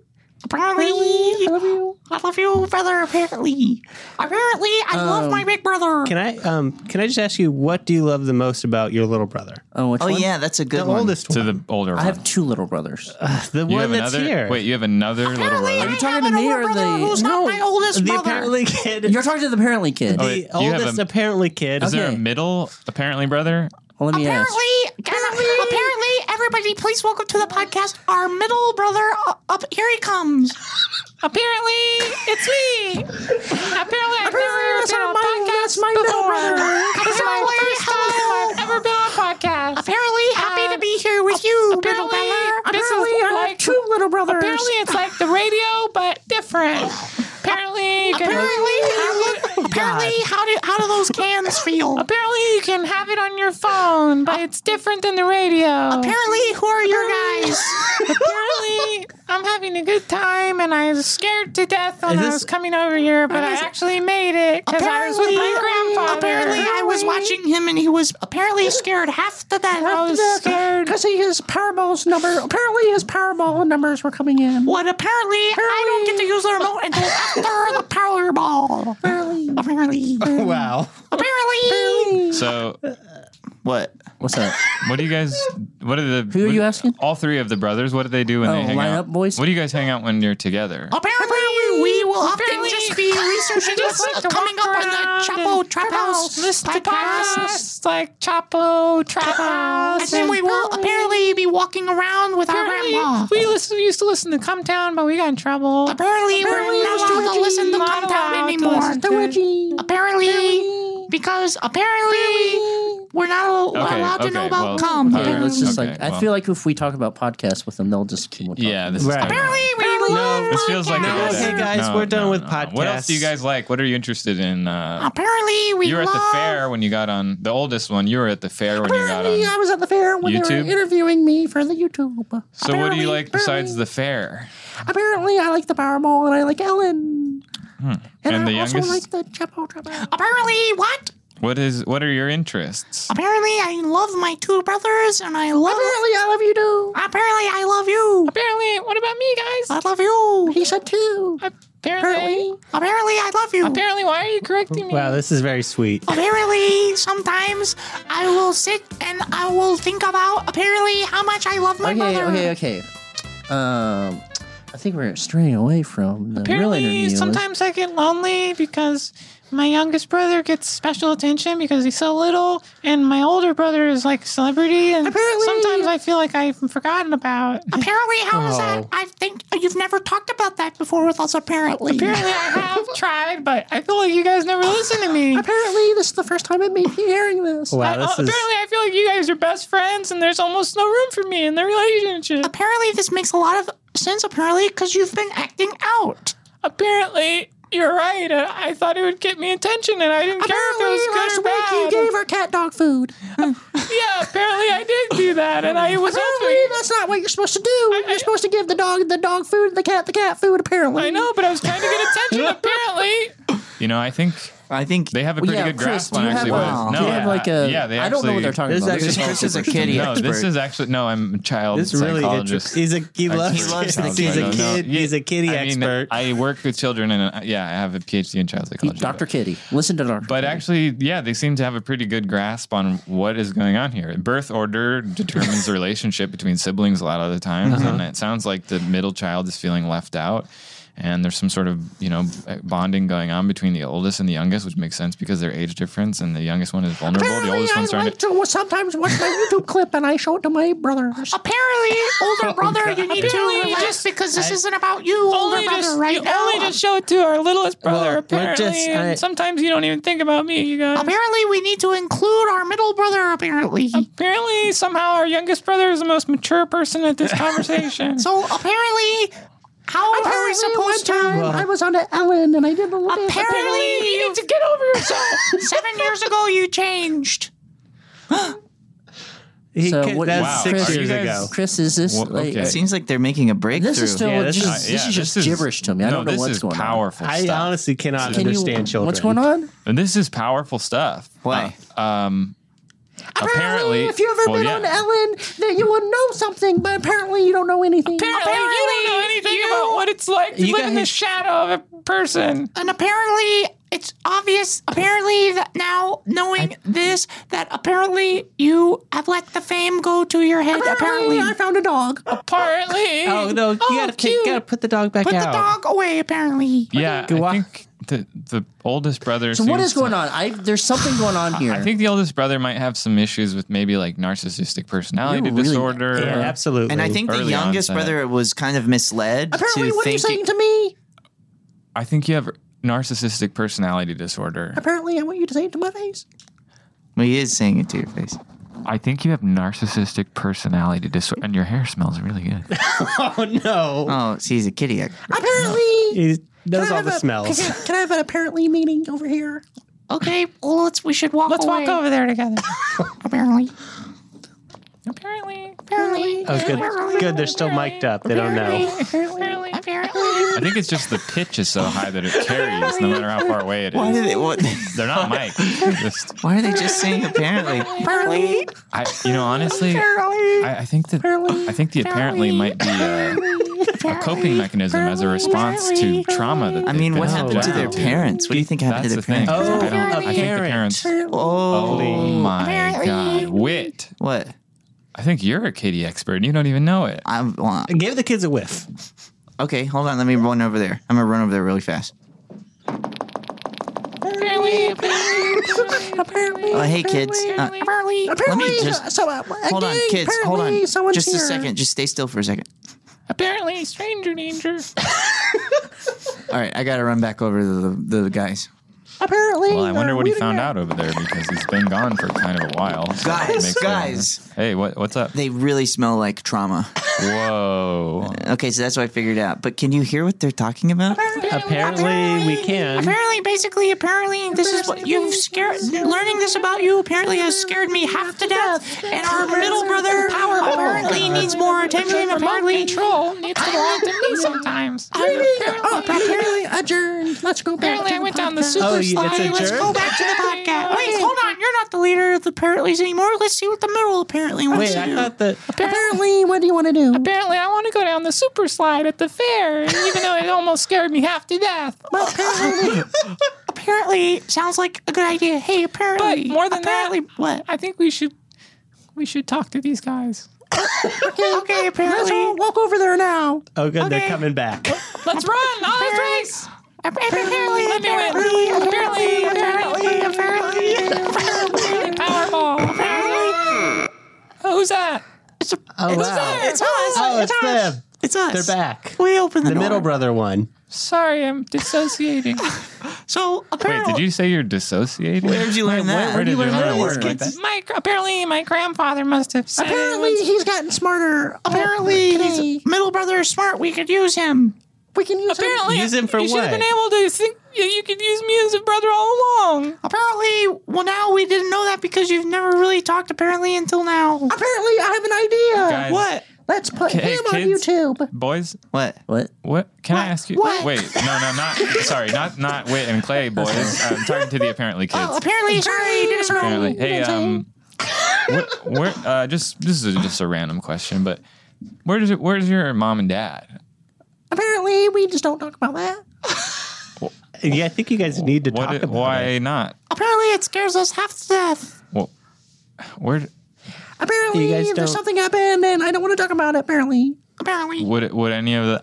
I apparently, love you. I love you, brother. Apparently, apparently, I love my big brother. Um, Can I um can I just ask you what do you love the most about your little brother? Oh, which Oh yeah, that's a good The one. oldest To one. the older one. two little brothers. the you one have that's another, here. Wait, you have another little apparently, brother. I talking have to an me older or brother the- who's no, not my oldest the brother. apparently kid. talking to the apparently kid. Oh, the wait, you have oldest a- apparently kid. Is there Okay. a middle apparently brother? let me Apparently, can I- apparently, everybody, please welcome to the podcast our middle brother. Uh, up here he comes. apparently, it's me. apparently, I've never That's been on not a my, podcast. that's my little brother. Apparently, hello. I've ever been on a podcast. Apparently, happy to be here with you, middle brother. This is Apparently, I have like two little brothers. Apparently, it's like the radio, but different. Apparently, you can, Apparently, how, apparently, how do how do those cans feel? Uh, apparently you can have it on your phone, but it's different than the radio. Apparently, who are your guys? Apparently, I'm having a good time, and I was scared to death when Is I this- was coming over here, but I actually made it because I was with my grandfather. Apparently, I was watching him, and he was apparently scared half to death. I was scared. Because his Powerball's number, apparently his Powerball numbers were coming in. What apparently, I don't get to use the remote until after the Powerball. Apparently, apparently, wow. apparently, So, What? What's that? what do you guys? What are the? Who are you asking? All three of the brothers. What do they do when Oh, they hang line out? up, boys. What do you guys hang out when you're together? Oh. apparently, we will often just be researching just like what's to coming walk up on the around Chapo and Trap House Listen to podcast. podcasts like Chapo, Trap And House, then we will Apparently- apparently be walking around with our Apparently, grandma. We listen, used to listen to Come Town, but we got in trouble. Apparently, we're not allowed to listen to Not allowed Compound to anymore. listen to- Apparently, because apparently we're not al- Okay, allowed to know okay, about well, cum. all right. It's just Okay, like I well. feel like if we talk about podcasts with them, they'll just keep on talking. Yeah, this is. Right. kinda- Apparently, we love This feels like a No, good okay, idea. guys, No, we're done no, with no. What else do you podcasts. guys like? What are you interested in? Uh, Apparently, we you were at love. the fair when you got on. The oldest one, you were at the fair when you got Apparently, I on. was at the fair when they YouTube? were interviewing me for the YouTube. So, what do you Apparently- like besides the fair? Apparently, I like the Powerball and I like Ellen. And, And I the also like youngest? the Chapo Chapo. Apparently, what? What is? What are your interests? Apparently, I love my two brothers, and I love. Apparently, Oh, I love you too. Apparently, I love you. Apparently, what about me, guys? I love you. He said too. Apparently, Apparently, Apparently, I love you. apparently, why are you correcting me? Wow, this is very sweet. Apparently, sometimes I will sit and I will think about apparently how much I love my okay, mother. okay, okay. Um, I think we're straying away from the real Apparently, interview. sometimes I get lonely because my youngest brother gets special attention because he's so little, and my older brother is like a celebrity. And Apparently- sometimes I feel like I've forgotten about. Apparently, how is that? Oh. I think you've never talked about that before with us. Apparently, Apparently, I have tried, but I feel like you guys never listen to me. Apparently, this is the first time I'm hearing this. Wow, I- this apparently, is I feel like you guys are best friends, and there's almost no room for me in the relationship. apparently this makes a lot of sense. Apparently, because you've been acting out. Apparently, You're right. Uh, I, I thought it would get me attention, and I didn't care if it was good or bad. our cat dog food. yeah, apparently I did do that, and I was Apparently, hoping. that's not what you're supposed to do. You're supposed to give the dog the dog food and the cat the cat food, apparently. I know, but I was trying to get attention. apparently, You know, I think I think they have a Well, pretty yeah, good Chris, grasp do on you have, actually like, what. do you have like a? yeah, they I don't know what actually- they're talking This about. actually- This is Chris is a awesome. kitty No, expert. this is actually no. I'm a child This is really psychologist. interesting. He's a he loves He loves kids. the He's a kids. kid. He's a kitty I mean, expert. I work with children, and uh, yeah, I have a PhD in child psychology. Doctor but- Kitty, listen to Doctor. But actually, yeah, they seem to have a pretty good grasp on what is going on here. Birth order determines the relationship between siblings a lot of the times, Uh-huh. and it sounds like the middle child is feeling left out, and there's some sort of you know uh, bonding going on between the oldest and the youngest, which makes sense because their age difference, and the youngest one is vulnerable. the Apparently, oldest I one's starting like to. to sometimes watch my YouTube clip and I show it to my brother. Oh, apparently, Oh, Older brother, you need to Apparently, relax just- because this isn't about you, older only brother, just right you now. only just show it to our littlest brother. Well, we're apparently, just- and I- sometimes you don't even think about me, you guys. apparently, we need to include our middle brother, apparently. Apparently, somehow our youngest brother is the most mature person at this conversation. so, apparently, how are we supposed to? I was on an Ellen and I did a little apparently, apparently, you need to get over yourself. seven years ago, you changed. He So could- what- that was Wow. six Are you years guys- ago. Chris, is this Well, like? okay. it seems like they're making a breakthrough. This is still Yeah, this, this is, is- Uh, Yeah, this is just gibberish to me. I don't no, know this what's is going on. powerful I um, stuff. honestly cannot Can you- understand children. What's going on? And this is powerful stuff. Why? Uh, um, apparently, if you've ever oh, well, been yeah. on Ellen, then you would know something, but apparently you don't know anything. Apparently, you don't know anything about what it's like to You live got in the his- shadow of a person. and apparently it's obvious. Apparently that now knowing this, that apparently you have let the fame go to your head. Apparently, I found a dog. Put Apparently. Oh no! You gotta take, cute. gotta put the dog back the out. dog away. Apparently, yeah, Go I on. think the the oldest brother. So what seems is to- going on? I there's something going on here. I think the oldest brother might have some issues with maybe like narcissistic personality You're really- disorder. Yeah, absolutely. and I think the Early youngest onset. brother was kind of misled apparently, to what are you saying think. to me? I think you have narcissistic personality disorder. Apparently, I want you to say it to my face. well, he is saying it to your face. I think you have narcissistic personality disorder, and your hair smells really good. Oh no! Oh, see, he's a kitty. Act. Apparently, He knows I all have the a- smells. Can, I- can I have an apparently meeting over here? Okay, well, let's we should walk. Let's walk over there together. Apparently, Apparently. apparently, Oh, good. Good. They're still mic'd up. They don't know. apparently, I think it's just the pitch is so high that it carries, no matter how far away it is. Why do they? What, They're not mic. Just, why are they just saying apparently? apparently, I, you know, honestly, I, apparently. I think that I think the apparently might be uh, a, a coping mechanism as a response to trauma. That I mean, they've what been happened to subjected their parents? What do you think happened That's to the their thing. parents? I, don't- I think the parents. Oh, parent. Oh, Oh my god, wit! what? I think you're a kitty expert. and You don't even know it. I want. Give the kids a whiff. Okay, hold on. Let me run over there. I'm gonna run over there really fast. apparently, Oh, hey kids. Uh, apparently, let apparently. me just so, uh, hold on, again, kids. Hold on. apparently someone's Just a here. second. Just stay still for a second. Apparently, stranger danger. All right, I gotta run back over to the, the guys. Apparently, Well, I wonder uh, what he we found didn't- out over there because he's been gone for kind of a while. so that Guys, makes it- guys. Hey, what what's up? They really smell like trauma. Whoa! Okay, so that's what I figured out. But can you hear what they're talking about? Apparently, we can. Apparently, basically, apparently, this is what you've scared. Learning this about you apparently has scared me half to death. And our middle brother apparently needs more attention. Apparently, Apparently, control needs to belong to me sometimes. oh, apparently adjourned. Let's go back. Apparently, to I the went down the podcast. super Oh, you- it's slide. a Let's jerk? go back to the podcast. Oh, Wait, hold on. You're not the leader of the apparently's anymore. Let's see what the middle apparently wants Wait, to I do. thought that. Apparently, what do you want to do? Apparently, I want to go down the super slide at the fair, even though it almost scared me half to death. Well, apparently, apparently, sounds like a good idea. Hey, apparently, But more than that- apparently, what? I think we should we should talk to these guys. Okay, okay, apparently, let's all walk over there now. Oh, good. Okay. They're coming back. Let's run! All this race! Apparently, Let me win! Apparently, apparently, apparently, apparently, Powerball! Who's that? Oh wow! It's us. Oh, it's us. them. It's us. They're back. We open the, The door. middle brother one. Sorry, I'm dissociating. So Wait, apparently, did you say you're dissociated? Where did you learn that? Where did you learn a word like that? my apparently my grandfather must have said apparently he's gotten smarter. Apparently, he's middle brother is smart. We could use him. We can use apparently Use him for you should have what? been able to think, you, you could use me as a brother all along. Apparently, well, now we didn't know that because you've never really talked, apparently, until now. Apparently, I have an idea. Guys. What? Let's put Okay, him kids. on YouTube. Boys, What? What? what? Can I ask you? What? Wait, no, no, not sorry, not not Wit and Clay, boys. I'm talking to the apparently kids. Oh, apparently, sorry, did us wrong. apparently. Hey, um, where, where, uh, just this is just a random question, but where does it? Where's your mom and dad? Apparently, we just don't talk about that. Yeah, I think you guys need to What? talk i- about why it. not? Apparently, it scares us half to death. Well, where d- Apparently, You guys there's don't- something happened and I don't want to talk about it, apparently. Apparently. would it- would any of the?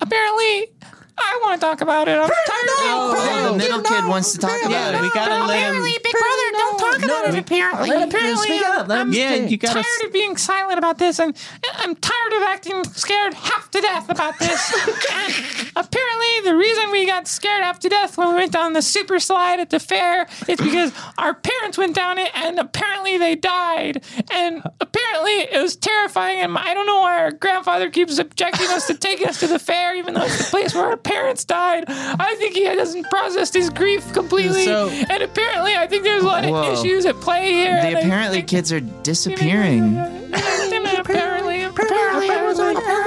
Apparently, I want to talk about it. I'm tired of No, Oh, apparently, the middle kid no, wants to talk apparently about Yeah, it. we gotta let him. Apparently, big brother, don't talk about it, apparently. Let him apparently, speak up. Let him I'm- Yeah, speak. you gotta. tired of being silent about this, and I'm tired of acting scared half to death about this. and apparently, the reason we got scared half to death when we went down the super slide at the fair is because our parents went down it, and apparently they died. And apparently, it was terrifying. And I don't know why our grandfather keeps objecting us to taking us to the fair, even though it's the place where our parents died. I think he hasn't processed his grief completely. So- and apparently, I think there's a lot Whoa. of issues at play here. The and I apparently think- kids are disappearing. apparently, apparently, apparently,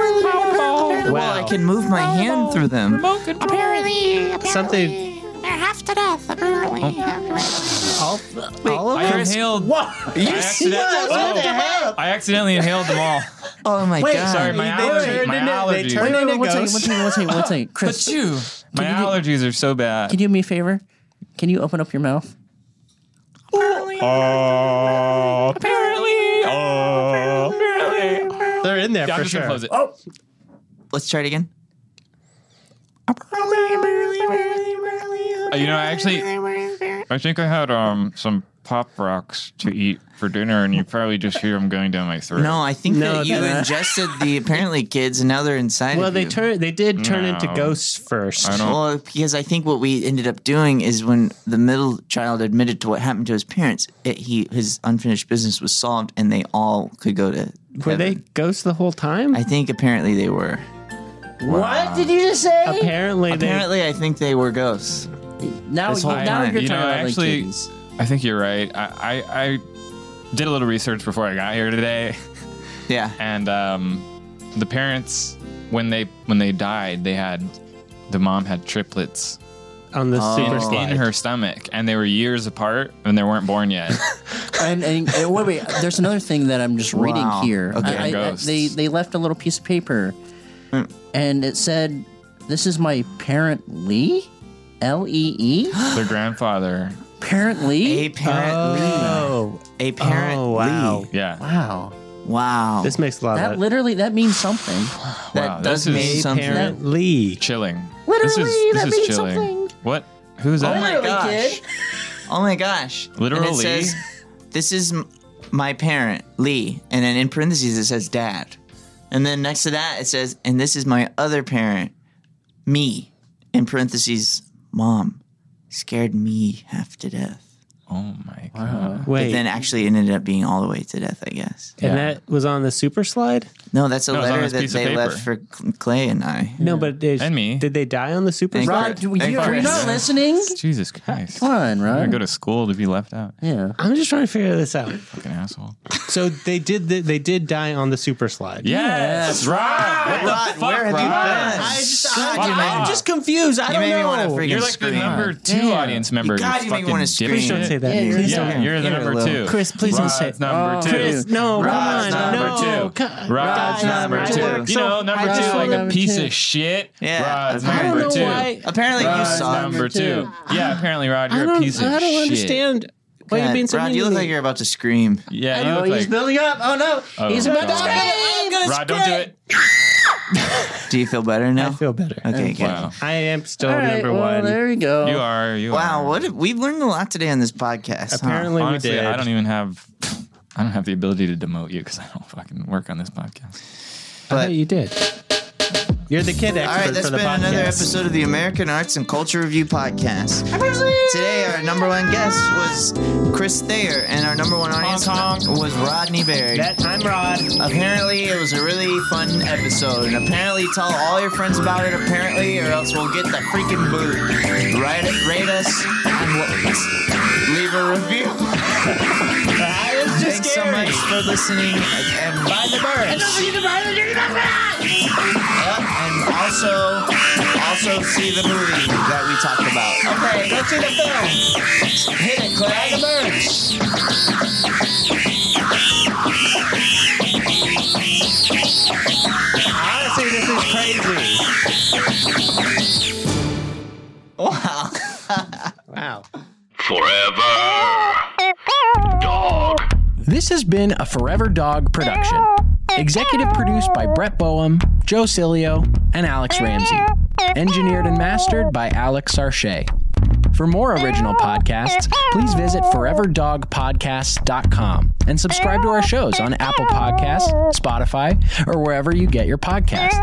Well, I can move my hand through them. apparently, apparently. Something- They're half to death, apparently. all, all of I us. inhaled. What? I accidentally, I accidentally inhaled them all. Oh my Wait, god. Sorry, my allergy. turned My into- they allergies. turned Wait, into- wait, one There it second, one goes. second, one second, one second. Chris, But you, my you allergies are so bad. can you do me a favor? Can you open up your mouth? apparently. They're in there Yeah, I'm for just gonna sure. close it. Let's try it again. Uh, You know, I actually, I think I had um some pop rocks to eat for dinner, and you probably just hear them going down my throat. No, I think No, that you no. ingested the apparently kids and now they're inside. Well, of they you. turn. They did turn into No. ghosts first. I don't- Well, because I think what we ended up doing is when the middle child admitted to what happened to his parents, it, he his unfinished business was solved, and they all could go to. Were they heaven. ghosts the whole time? I think apparently they were. What did you just say? apparently, Apparently, I think they were ghosts. now, this whole now time. you're You talking know, about like, actually- kitties. I think you're right. I, I, I did a little research before I got here today, Yeah. and um, the parents when they when they died, they had the mom had triplets they on the super Oh. slide. in her stomach, and they were years apart, and they weren't born yet. And, and, and wait, wait. There's another thing that I'm just reading Wow. here. Okay. I, I, I, Ghosts. they they left a little piece of paper, Hmm. and it said, "This is my parent Lee, L E E, Their grandfather, parent Lee." A parent Oh, Lee. A parent Oh, wow. Lee. yeah. Wow, Wow. this makes a lot that of literally that means something. that wow, does this mean is- something. apparently. chilling. Literally, this is, this that is means chilling. something. What? Who's that? Oh my Literally, kid. gosh. Oh my gosh. And Literally. it says, this is m- my parent, Lee. And then in parentheses, it says dad. And then next to that, it says, and this is my other parent, me. In parentheses, mom. Scared me half to death. oh my god. Wait, But then actually it ended up being all the way to death, I guess. Yeah. and that was on the super slide. No, that's a No, it's on letter this that piece of they paper. left for Cl- Clay and I. No, but they, And me. Did they die on the super And slide? Rod, Uh, do we, Hey, you, are you Chris. not listening? Jesus Christ. Come on, I Rod. go to school to be left out. yeah. I'm just trying to figure this out. Fucking asshole. So they did. The, they did die on the super slide. Yes, Rob. What the fuck, where have you Rob? been? I just, Fuck I'm off. just confused. I You don't made me know. wanna freak- You're freaking like the scream. number two Damn. audience member. God, you make me want wanna to scream. Please don't say that. Yeah, you're Please right. Yeah, don't. you're the You're number a little- two. Chris, please don't Rod's say it. Oh. number two. Chris, no, Rod's come on, number no. two. Come- Rod's Rod's number number two. two. You know, number Rod's two, like a number piece two. of shit. Yeah. Rod's I don't number know two. why- Apparently you Rod's saw number two. Yeah, apparently, Rod, I you're a don't, piece of shit. I don't understand why you're being so Rod, mean you to look me. like you're about to scream. Yeah, you Oh, look he's like. building up. Oh no, Oh, he's about to God. scream. Rod, don't do it. Do you feel better now? I feel better. okay, good. Wow. I am still All right, number well, one. there you go. Oh. You are. You Wow, are. what if, we've learned a lot today on this podcast. huh? Apparently, Honestly, we did. I don't even have. I don't have the ability to demote you because I don't fucking work on this podcast. I bet you did. You're the kid All right, expert that's for the been another podcast. episode of the American Arts and Culture Review Podcast. Today, our number one guest was Chris Thayer, and our number one audience was Rodney Berry. That time, Rod. Apparently, it was a really fun episode, and apparently, tell all your friends about it. Apparently, or else we'll get the freaking boot. Write it, rate us, and we'll leave a review. Thanks so much for listening, and buy the birds. And don't forget to buy the dirty Yep, and also also see the movie that we talked about. Okay, go see the film. Hit it, Clay. Buy the birds. Honestly, this is crazy. Wow. wow. Forever. Dog. This has been a Forever Dog production. Executive produced by Brett Boehm, Joe Cilio, and Alex Ramsey. Engineered and mastered by Alex Sarche. For more original podcasts, please visit foreverdogpodcasts.com and subscribe to our shows on Apple Podcasts, Spotify, or wherever you get your podcasts.